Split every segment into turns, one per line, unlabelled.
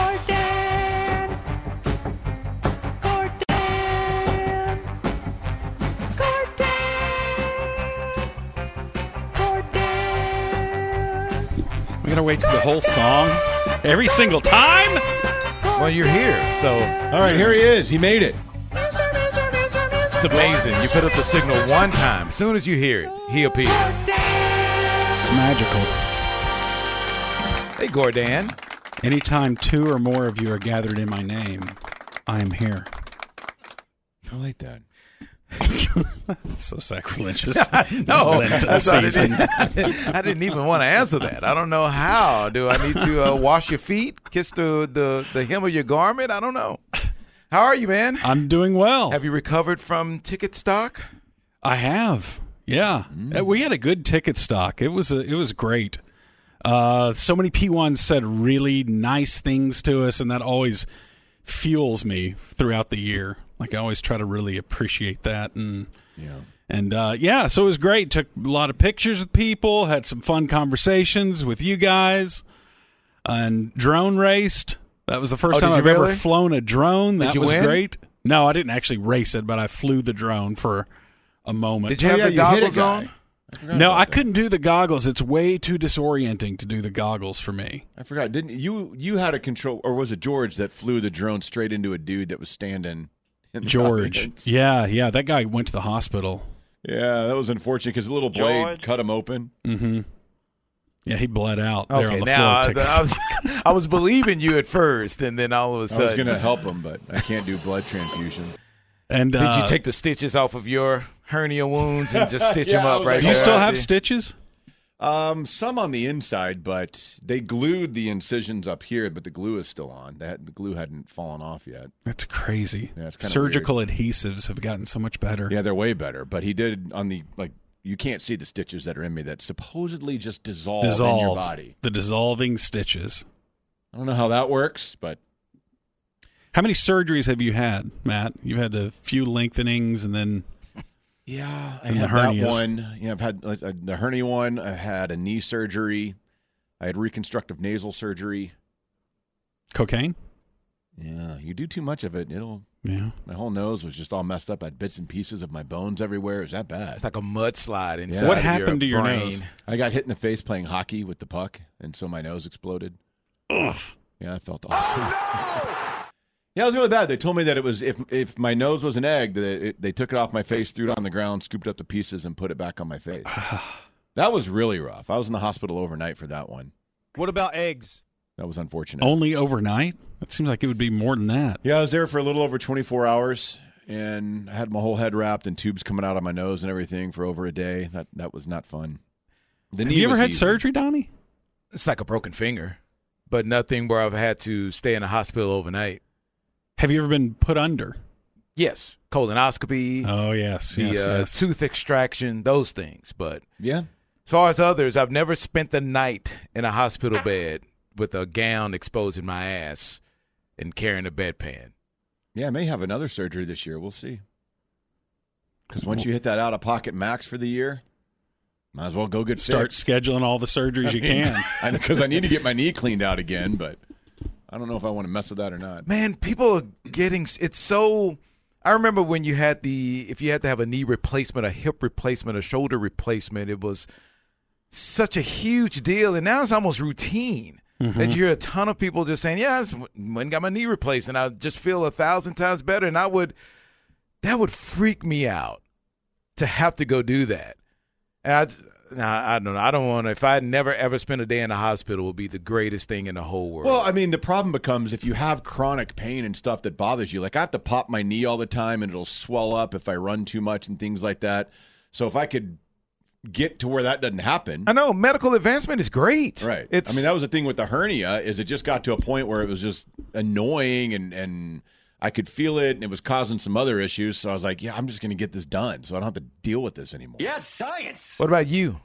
Gordon! Gordon! Gordon! Gordon!
We gotta wait through the whole song every single time.
Well, you're here, so
All right, here he is. He made it.
it's amazing. You put up the signal one time. As soon as you hear it, he appears.
It's magical.
Hey, Gordon.
Anytime two or more of you are gathered in my name, I am here.
I like that.
It's so sacrilegious.
No,
Lent
that's not-
season.
I, didn't, I didn't even want to answer that. I don't know how. Do I need to uh, wash your feet, kiss the, the the hem of your garment? I don't know. How are you, man?
I'm doing well.
Have you recovered from ticket stock?
I have. Yeah.
Mm.
Uh, We had a good ticket stock. It was a, it was great. Uh, so many P1s said really nice things to us, and that always fuels me throughout the year. Like I always try to really appreciate that, and yeah, and uh, yeah. So it was great. Took a lot of pictures with people, had some fun conversations with you guys, and drone raced. That was the first
Oh, did
time
you
I've ever
really?
flown a drone. That
you
was
win?
great. No, I didn't actually race it, but I flew the drone for a moment.
Did you have
yeah,
the
you hit
goggles
a guy.
on?
No, I couldn't do the goggles. It's way too disorienting to do the goggles for me.
I forgot. Didn't you? You had a control, or was it George that flew the drone straight into a dude that was standing? In the
George.
audience?
Yeah, yeah. That guy went to the hospital.
Yeah, that was unfortunate because the little blade
George.
cut him open.
Yeah, he bled out there on
Okay,
the
now
floor.
I, I was I was believing you at first, and then all of a
I
sudden,
was gonna help him, but I can't do blood transfusion.
and
did
uh,
you take the stitches off of your hernia wounds and just stitch
Yeah,
them
I
up
was
right?
like,
Do you
there?
still have stitches?
Um, some on the inside, but they glued the incisions up here, but the glue is still on. That the glue hadn't fallen off yet.
That's crazy.
Yeah, it's kinda
Surgical adhesives have gotten so much better.
Yeah, they're way better. But he did on the like. You can't see the stitches that are in me that supposedly just dissolve,
Dissolve
in your body.
the dissolving stitches.
I don't know how that works, but
How many surgeries have you had, Matt? You've had a few lengthenings, and then
yeah, I
And the
had that
hernias.
one. Yeah, I've had like, uh, the hernia one. I had a knee surgery. I had reconstructive nasal surgery.
cocaine.
Yeah, you do too much of it, it'll.
Yeah,
My whole nose was just all messed up. I had bits and pieces of my bones everywhere. It was that bad.
It's like a mudslide inside.
What
of
happened to your
brain.
nose?
I got hit in the face playing hockey with the puck, and so my nose exploded. Yeah, I felt awesome.
Oh,
yeah, it was really bad. They told me that it was if if my nose was an egg, that it, they took it off my face, threw it on the ground, scooped up the pieces, and put it back on my face. that was really rough. I was in the hospital overnight for that one.
What about eggs?
That was unfortunate.
only overnight. That seems like it would be more than that.
Yeah, I was there for a little over 24 hours and I had my whole head wrapped and tubes coming out of my nose and everything for over a day. That that was not fun. The
Have
knee
you ever
was
had
easy.
surgery, Donnie?
It's like a broken finger, but nothing where I've had to stay in a hospital overnight.
Have you ever been put under?
Yes, colonoscopy,
Oh yes,
the
yes,
uh,
yes.
tooth extraction, those things. But
Yeah.
as far as others, I've never spent the night in a hospital bed with a gown exposing my ass and carrying a bedpan.
Yeah, I may have another surgery this year. We'll see. Cuz once you hit that out of pocket max for the year, might as well go get
Start
fixed.
scheduling all the surgeries you can.
I cuz I need to get my knee cleaned out again, but I don't know if I want to mess with that or not.
Man, people are getting it's so. I remember when you had the if you had to have a knee replacement, a hip replacement, a shoulder replacement, it was such a huge deal, and now it's almost routine. That you hear a ton of people just saying, "Yeah, I just went and got my knee replaced, and I just feel a thousand times better." And I would, that would freak me out to have to go do that. And I, j- nah, I don't know. I don't want to. If I never ever spent a day in a hospital, it would be the greatest thing in the whole world.
Well, I mean, the problem becomes if you have chronic pain and stuff that bothers you. Like I have to pop my knee all the time, and it'll swell up if I run too much and things like that. So if I could get to where that doesn't happen.
I know medical advancement is great.
Right.
It's
I mean, that was the thing with the hernia is it just got to a point where it was just annoying and and I could feel it and it was causing some other issues. So I was like, yeah, I'm just going to get this done so I don't have to deal with this anymore. Yeah.
what about you?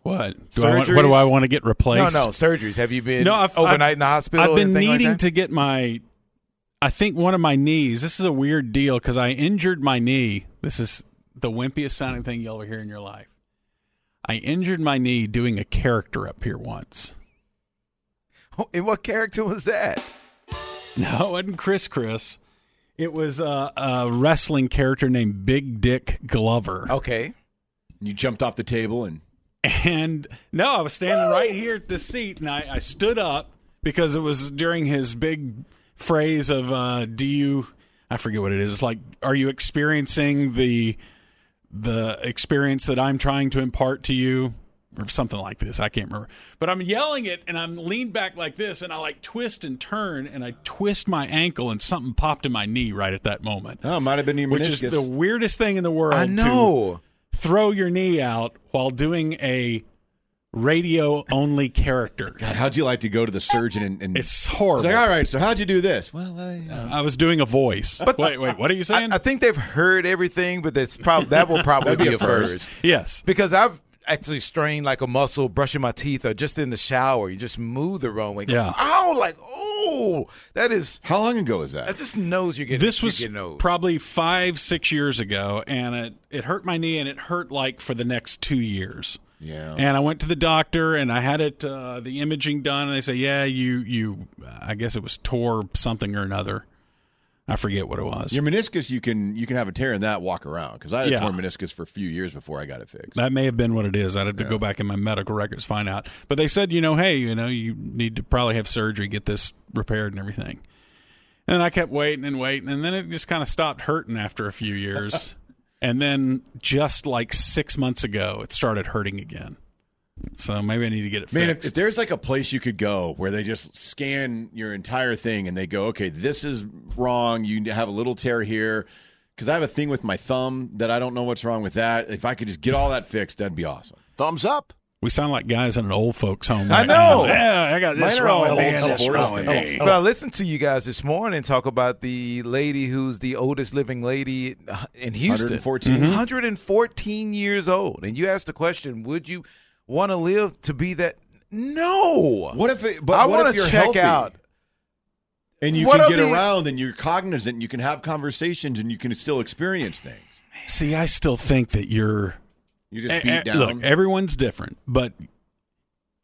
What? Do I want, what do
Surgeries?
I want to get
No,
replaced?
no surgeries. Have you been
No, I've,
overnight
I've-
in the hospital?
I've
or
been
anything like
needing
that?
to get my. I think one of my knees. This is a weird deal because I injured my knee. This is the wimpiest sounding thing you'll ever hear in your life. I injured my knee doing a character up here once.
And what character was that?
No, it wasn't Chris Chris. It was uh, a wrestling character named Big Dick Glover.
Okay.
You jumped off the table and
And no, I was standing right here at the seat, and I, I stood up because it was during his big phrase of uh, "Do you?" I forget what it is. It's like, are you experiencing the the experience that I'm trying to impart to you, or something like this? I can't remember. But I'm yelling it, and I'm leaned back like this, and I like twist and turn, and I twist my ankle, and something popped in my knee right at that moment,
oh, it might have been your
which is
meniscus.
the weirdest thing in the world.
I
to-
know.
throw your knee out while doing a radio only character.
God, how'd you like to go to the surgeon and, and
It's
It's
horrible.
like, all right, so how'd you do this? Well, I, uh,
I was doing a voice. wait, wait, what are you saying?
I, I think they've heard everything, but that's prob- that will probably be a first.
yes.
Because I've actually strained like a muscle brushing my teeth or just in the shower. You just move the wrong way. Go,
Yeah.
Ow, like, oh, that is,
how long ago was that?
that just knows you're getting,
This
you're
was
getting old.
probably five, six years ago, and it, it hurt my knee, and it hurt like for the next two years.
Yeah.
And I went to the doctor, and I had it uh, the imaging done, and they say, yeah, you you, I guess it was tore something or another. I forget what it was.
Your meniscus, you can you can have a tear in that walk around because I had
Yeah.
torn meniscus for a few years before I got it fixed.
That may have been what it is. I'd have to go back in my medical records find out. But they said, you know, hey, you know, you need to probably have surgery, get this repaired and everything. And I kept waiting and waiting, and then it just kind of stopped hurting after a few years. and then just like six months ago, it started hurting again. So maybe I need to get it
Man, if,
fixed.
if there's like a place you could go where they just scan your entire thing and they go, okay, this is wrong. You have a little tear here. Because I have a thing with my thumb that I don't know what's wrong with that. If I could just get all that fixed, that'd be awesome.
Thumbs up.
we sound like guys in an old folks' home.
I
right
know.
now. Yeah, I got this
Mine are all
wrong.
old
man, this
supporters
wrong.
now.
Hey.
But I listened to you guys this morning talk about the lady who's the oldest living lady in Houston.
114.
Mm-hmm.
114 years old. And you asked the question, would you want to live to be that? No.
What if? It, but
I
want to
check out.
and you
what
can
are
get
the-
around, and you're cognizant, and you can have conversations, and you can still experience things.
See, I still think that you're
You just
Eh,
beat
eh,
down.
Look, everyone's different, but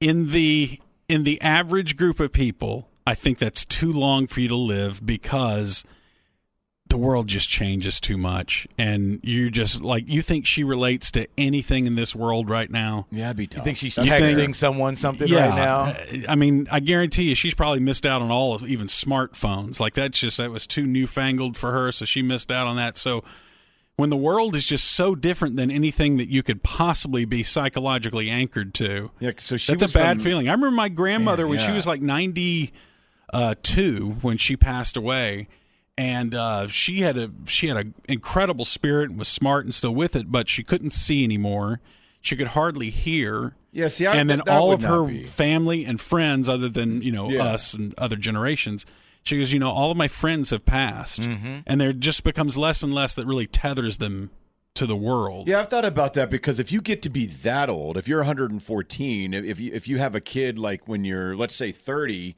in the in the average group of people, I think that's too long for you to live because the world just changes too much, and you're just like you think she relates to anything in this world right now.
yeah, it'd be tough.
You think she's
You
texting
think-
someone something right now?
I mean, I guarantee you, she's probably missed out on all of even smartphones. Like that's just that was too newfangled for her, so she missed out on that. So when the world is just so different than anything that you could possibly be psychologically anchored to,
Yeah, so she
that's
was
a bad
from-
feeling. I remember my grandmother
Man,
when she
yeah.
was like ninety uh, two when she passed away, and uh, she had a she had an incredible spirit and was smart and still with it, but she couldn't see anymore. She could hardly hear.
Yeah, see, I-
and then
that- that
all
would
of
not
her
be.
family and friends, other than you know
Yeah.
us and other generations. She goes, you know, all of my friends have passed,
Mm-hmm.
and there just becomes less and less that really tethers them to the world.
Yeah, I've thought about that because if you get to be that old, if you're 114, if- if you if you have a kid like when you're let's say 30,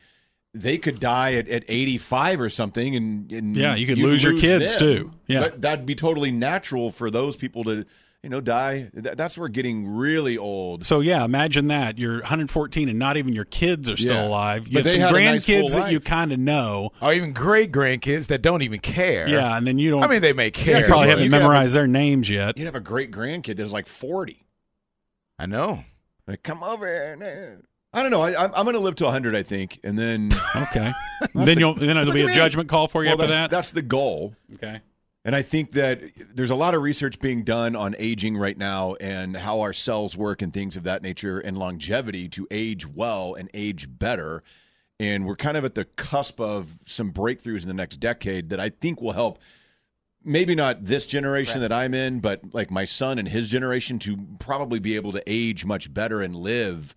they could die at, at 85 or something, and, and
Yeah, you could lose your kids, too. Yeah.
that, that'd be totally natural for those people to you know die. That, that's where getting really old.
So yeah, imagine that you're 114 and not even your kids are still
Yeah.
alive. You
But
have
they
some
had a nice
grandkids
full
that you
life.
kind of know.
Or even great grandkids that don't even care.
Yeah, and then you don't.
I mean, they may care.
you probably
you
haven't
could have
memorized their names yet.
You'd have a great grandkid that was like 40.
I know.
Like, come over. and- I don't know. I, I'm, I'm going to live to 100, I think, and then
Okay, then you'll then there'll be a judgment call for you
Well,
after
that's-
that.
that's the goal.
Okay.
And I think that there's a lot of research being done on aging right now and how our cells work and things of that nature and longevity to age well and age better. And we're kind of at the cusp of some breakthroughs in the next decade that I think will help maybe not this generation that I'm in, but like my son and his generation to probably be able to age much better and live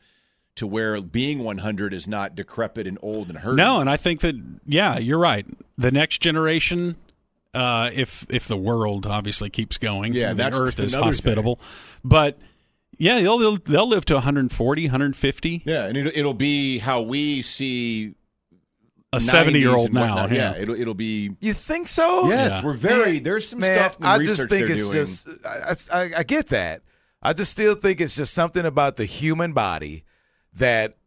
to where being 100 is not decrepit and old and hurting.
No, and I think that yeah, you're right. The next generation, uh, if if the world obviously keeps going,
Yeah,
and
that's
the Earth is
another thing.
hospitable, but yeah, they'll, they'll they'll live to 140, 150.
Yeah, and it, it'll be how we see
A 70 year
90s
old
and
now.
whatnot. Yeah, it'll it'll be.
You think so?
Yes,
Yeah.
we're very. There's some
Man,
stuff. In
I
research
just think
they're
it's
doing.
just. I, I, I get that. I just still think it's just something about the human body that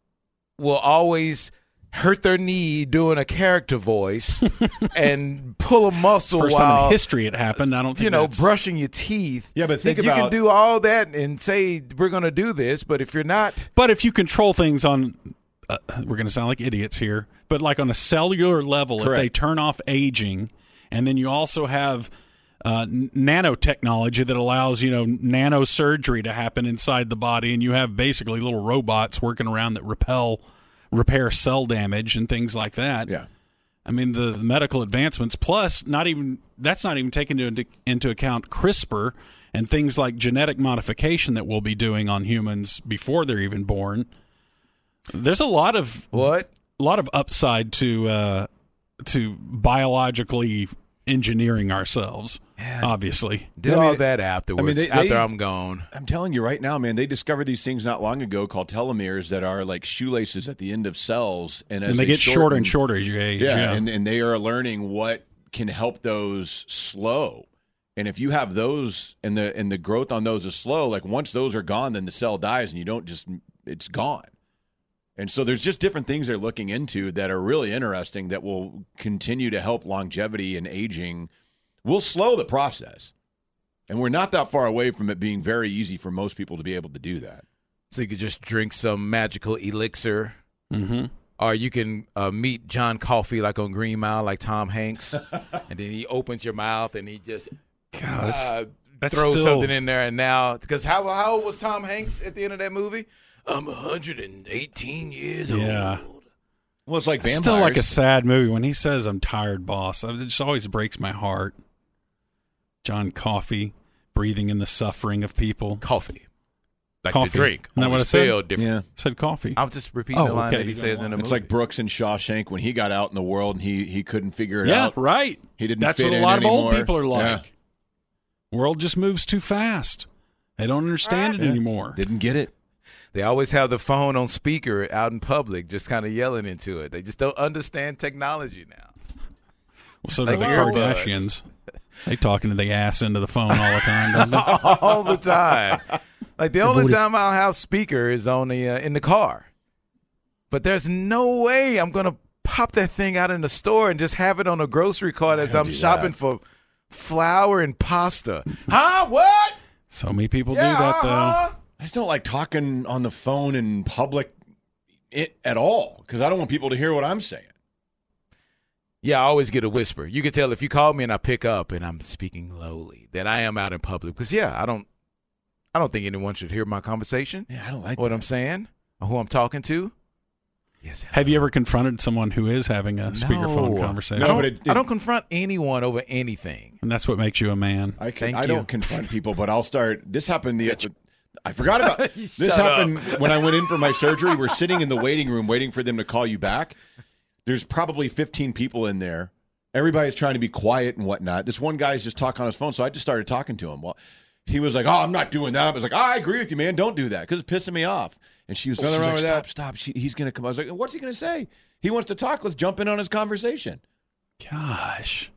will always hurt their knee doing a character voice and pull a muscle
First time
while
in history it happened. I don't think
you know
that's-
brushing your teeth.
Yeah, but think
you
about-
can do all that and say we're going to do this, but if you're not,
But if you control things on, uh, we're going to sound like idiots here, but like on a cellular level, if they
Correct.
turn off aging, and then you also have uh, n- nanotechnology that allows you know nanosurgery to happen inside the body, and you have basically little robots working around that repel repair cell damage and things like that.
yeah.
I mean the, the medical advancements plus not even that's not even taken into into account CRISPR and things like genetic modification that we'll be doing on humans before they're even born. There's a lot of
what?
a lot of upside to uh, to biologically engineering ourselves. Obviously,
Do
I mean,
all that afterwards.
they-
After
they-
I'm gone.
I'm telling you right now, man. They discovered these things not long ago called telomeres that are like shoelaces at the end of cells, and as
and they, get shorter
shorten-
and shorter as you age.
Yeah, And, and they are learning what can help those slow. And if you have those and the and the growth on those is slow, like once those are gone, then the cell dies and you don't just it's gone. And so there's just different things they're looking into that are really interesting that will continue to help longevity and aging. We'll slow the process. And we're not that far away from it being very easy for most people to be able to do that.
So you could just drink some magical elixir,
hmm
or you can uh, meet John Coffey like on Green Mile, like Tom Hanks, and then he opens your mouth and he just uh,
that's
throws
still-
something in there. And now, because how how old was Tom Hanks at the end of that movie? I'm 118 years
Yeah.
old.
Well, it's like
It's
vampires.
still like a sad movie when he says, "I'm tired, boss." I- It just always breaks my heart. John Coffey breathing in the suffering of people.
Coffee, like
Coffee.
the drink.
Isn't that
only
what I said?
spelled different.
yeah.
Said coffee.
I'm just repeating
Oh,
the line
okay.
that he
You
says in the movie.
It's like Brooks in Shawshank when he got out in the world and he he couldn't figure it
yeah,
out.
right.
He didn't
That's
fit
what a
in
lot of old
anymore.
people are like.
Yeah.
World just moves too fast. They don't understand it anymore.
Didn't get it.
They always have the phone on speaker out in public, just kind of yelling into it. They just don't understand technology now.
So do
Like
the
the earbuds.
Kardashians. They talking to the ass into the phone all the time. Don't they?
all the time. Like the only
booty.
time I'll have speaker is on the uh, in the car. But there's no way I'm gonna pop that thing out in the store and just have it on a grocery cart as I'm shopping for flour and pasta. huh? What?
So many people
Yeah,
do that though.
uh-huh.
I just don't like talking on the phone in public it, at all because I don't want people to hear what I'm saying.
Yeah, I always get a whisper. You can tell if you call me and I pick up and I'm speaking lowly that I am out in public. Because yeah, I don't, I don't think anyone should hear my conversation,
Yeah, I don't like
what I'm saying, or who I'm talking to. Yes.
Have you ever confronted someone who is having a speakerphone
No.
conversation?
No,
I don't,
but it-
I don't confront anyone over anything.
And that's what makes you a man.
I can,
Thank
I
you.
don't confront people, but I'll start. This happened the. I forgot about this
Shut up.
happened when I went in for my surgery. We're sitting in the waiting room waiting for them to call you back. There's probably 15 people in there. Everybody's trying to be quiet and whatnot. This one guy's just talking on his phone, so I just started talking to him. Well, he was like, "Oh, I'm not doing that." I was like, "I agree with you, man. Don't do that because it's pissing me off." And she was, "Nothing wrong with
stop,
that. Stop. She, he's gonna come." I was like, "What's he gonna say? He wants to talk. Let's jump in on his conversation."
Gosh.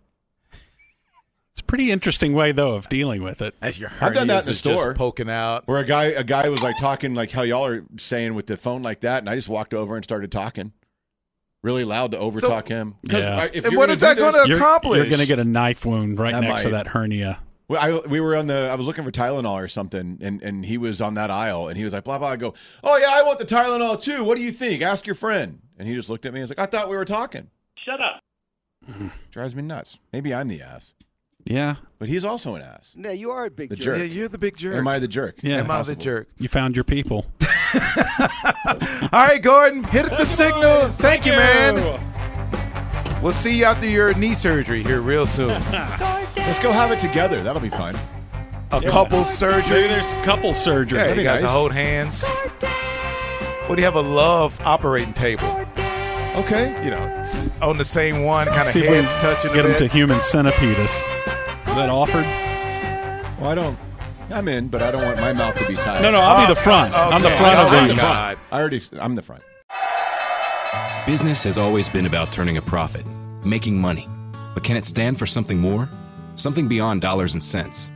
It's a pretty interesting way though of dealing with it.
As your
I've done that in
hernias
the
is
store.
just poking out.
Where a guy a guy was like talking like how y'all are saying with the phone like that, and I just walked over and started talking really loud to overtalk talk him. 'Cause
Yeah.
I- if
And
you're
what
gonna
is
do
that
this-
gonna-
You're,
Accomplished.
you're gonna get a knife wound right
I
next to
might.
that hernia.
Well, I, we were on the. I was looking for Tylenol or something, and and he was on that aisle, and he was like blah blah. I go, oh yeah, I want the Tylenol too. What do you think? Ask your friend. And he just looked at me. and was like, I thought we were talking.
Shut up.
Drives me nuts. Maybe I'm the ass,
Yeah.
but he's also an ass.
No, you are a big
The jerk.
jerk.
Yeah, you're the big jerk.
Am I the jerk?
Yeah.
Am I the
Possible.
jerk?
You found your people.
All right, Gordon, hit it the signal. Thank you, man. We'll see you after your knee surgery here real soon.
Gordon.
Let's go have it together. That'll be fun.
A couple surgery.
Maybe there's couple surgery.
Yeah,
That'd
you
be
guys
nice.
hold hands. What do you have a love operating table?
Okay.
You know, s- on the same one, kind of
See if we
hands touching.
get
a
them to
bit.
human centipede us. Is that offered?
Well, I don't. I'm in, but I don't want my mouth to be tied.
No, no, I'll be the front. I'm the
Oh, okay.
front
Oh,
of
my
the.
God.
I already. I'm the front.
Business has always been about turning a profit, making money. But can it stand for something more? Something beyond dollars and cents?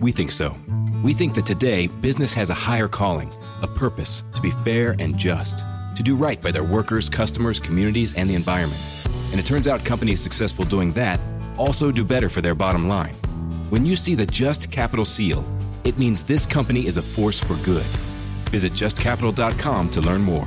We think so. We think that today, business has a higher calling, a purpose to be fair and just, to do right by their workers, customers, communities, and the environment. And it turns out companies successful doing that also do better for their bottom line. When you see the Just Capital seal, it means this company is a force for good. Visit justcapital.com to learn more.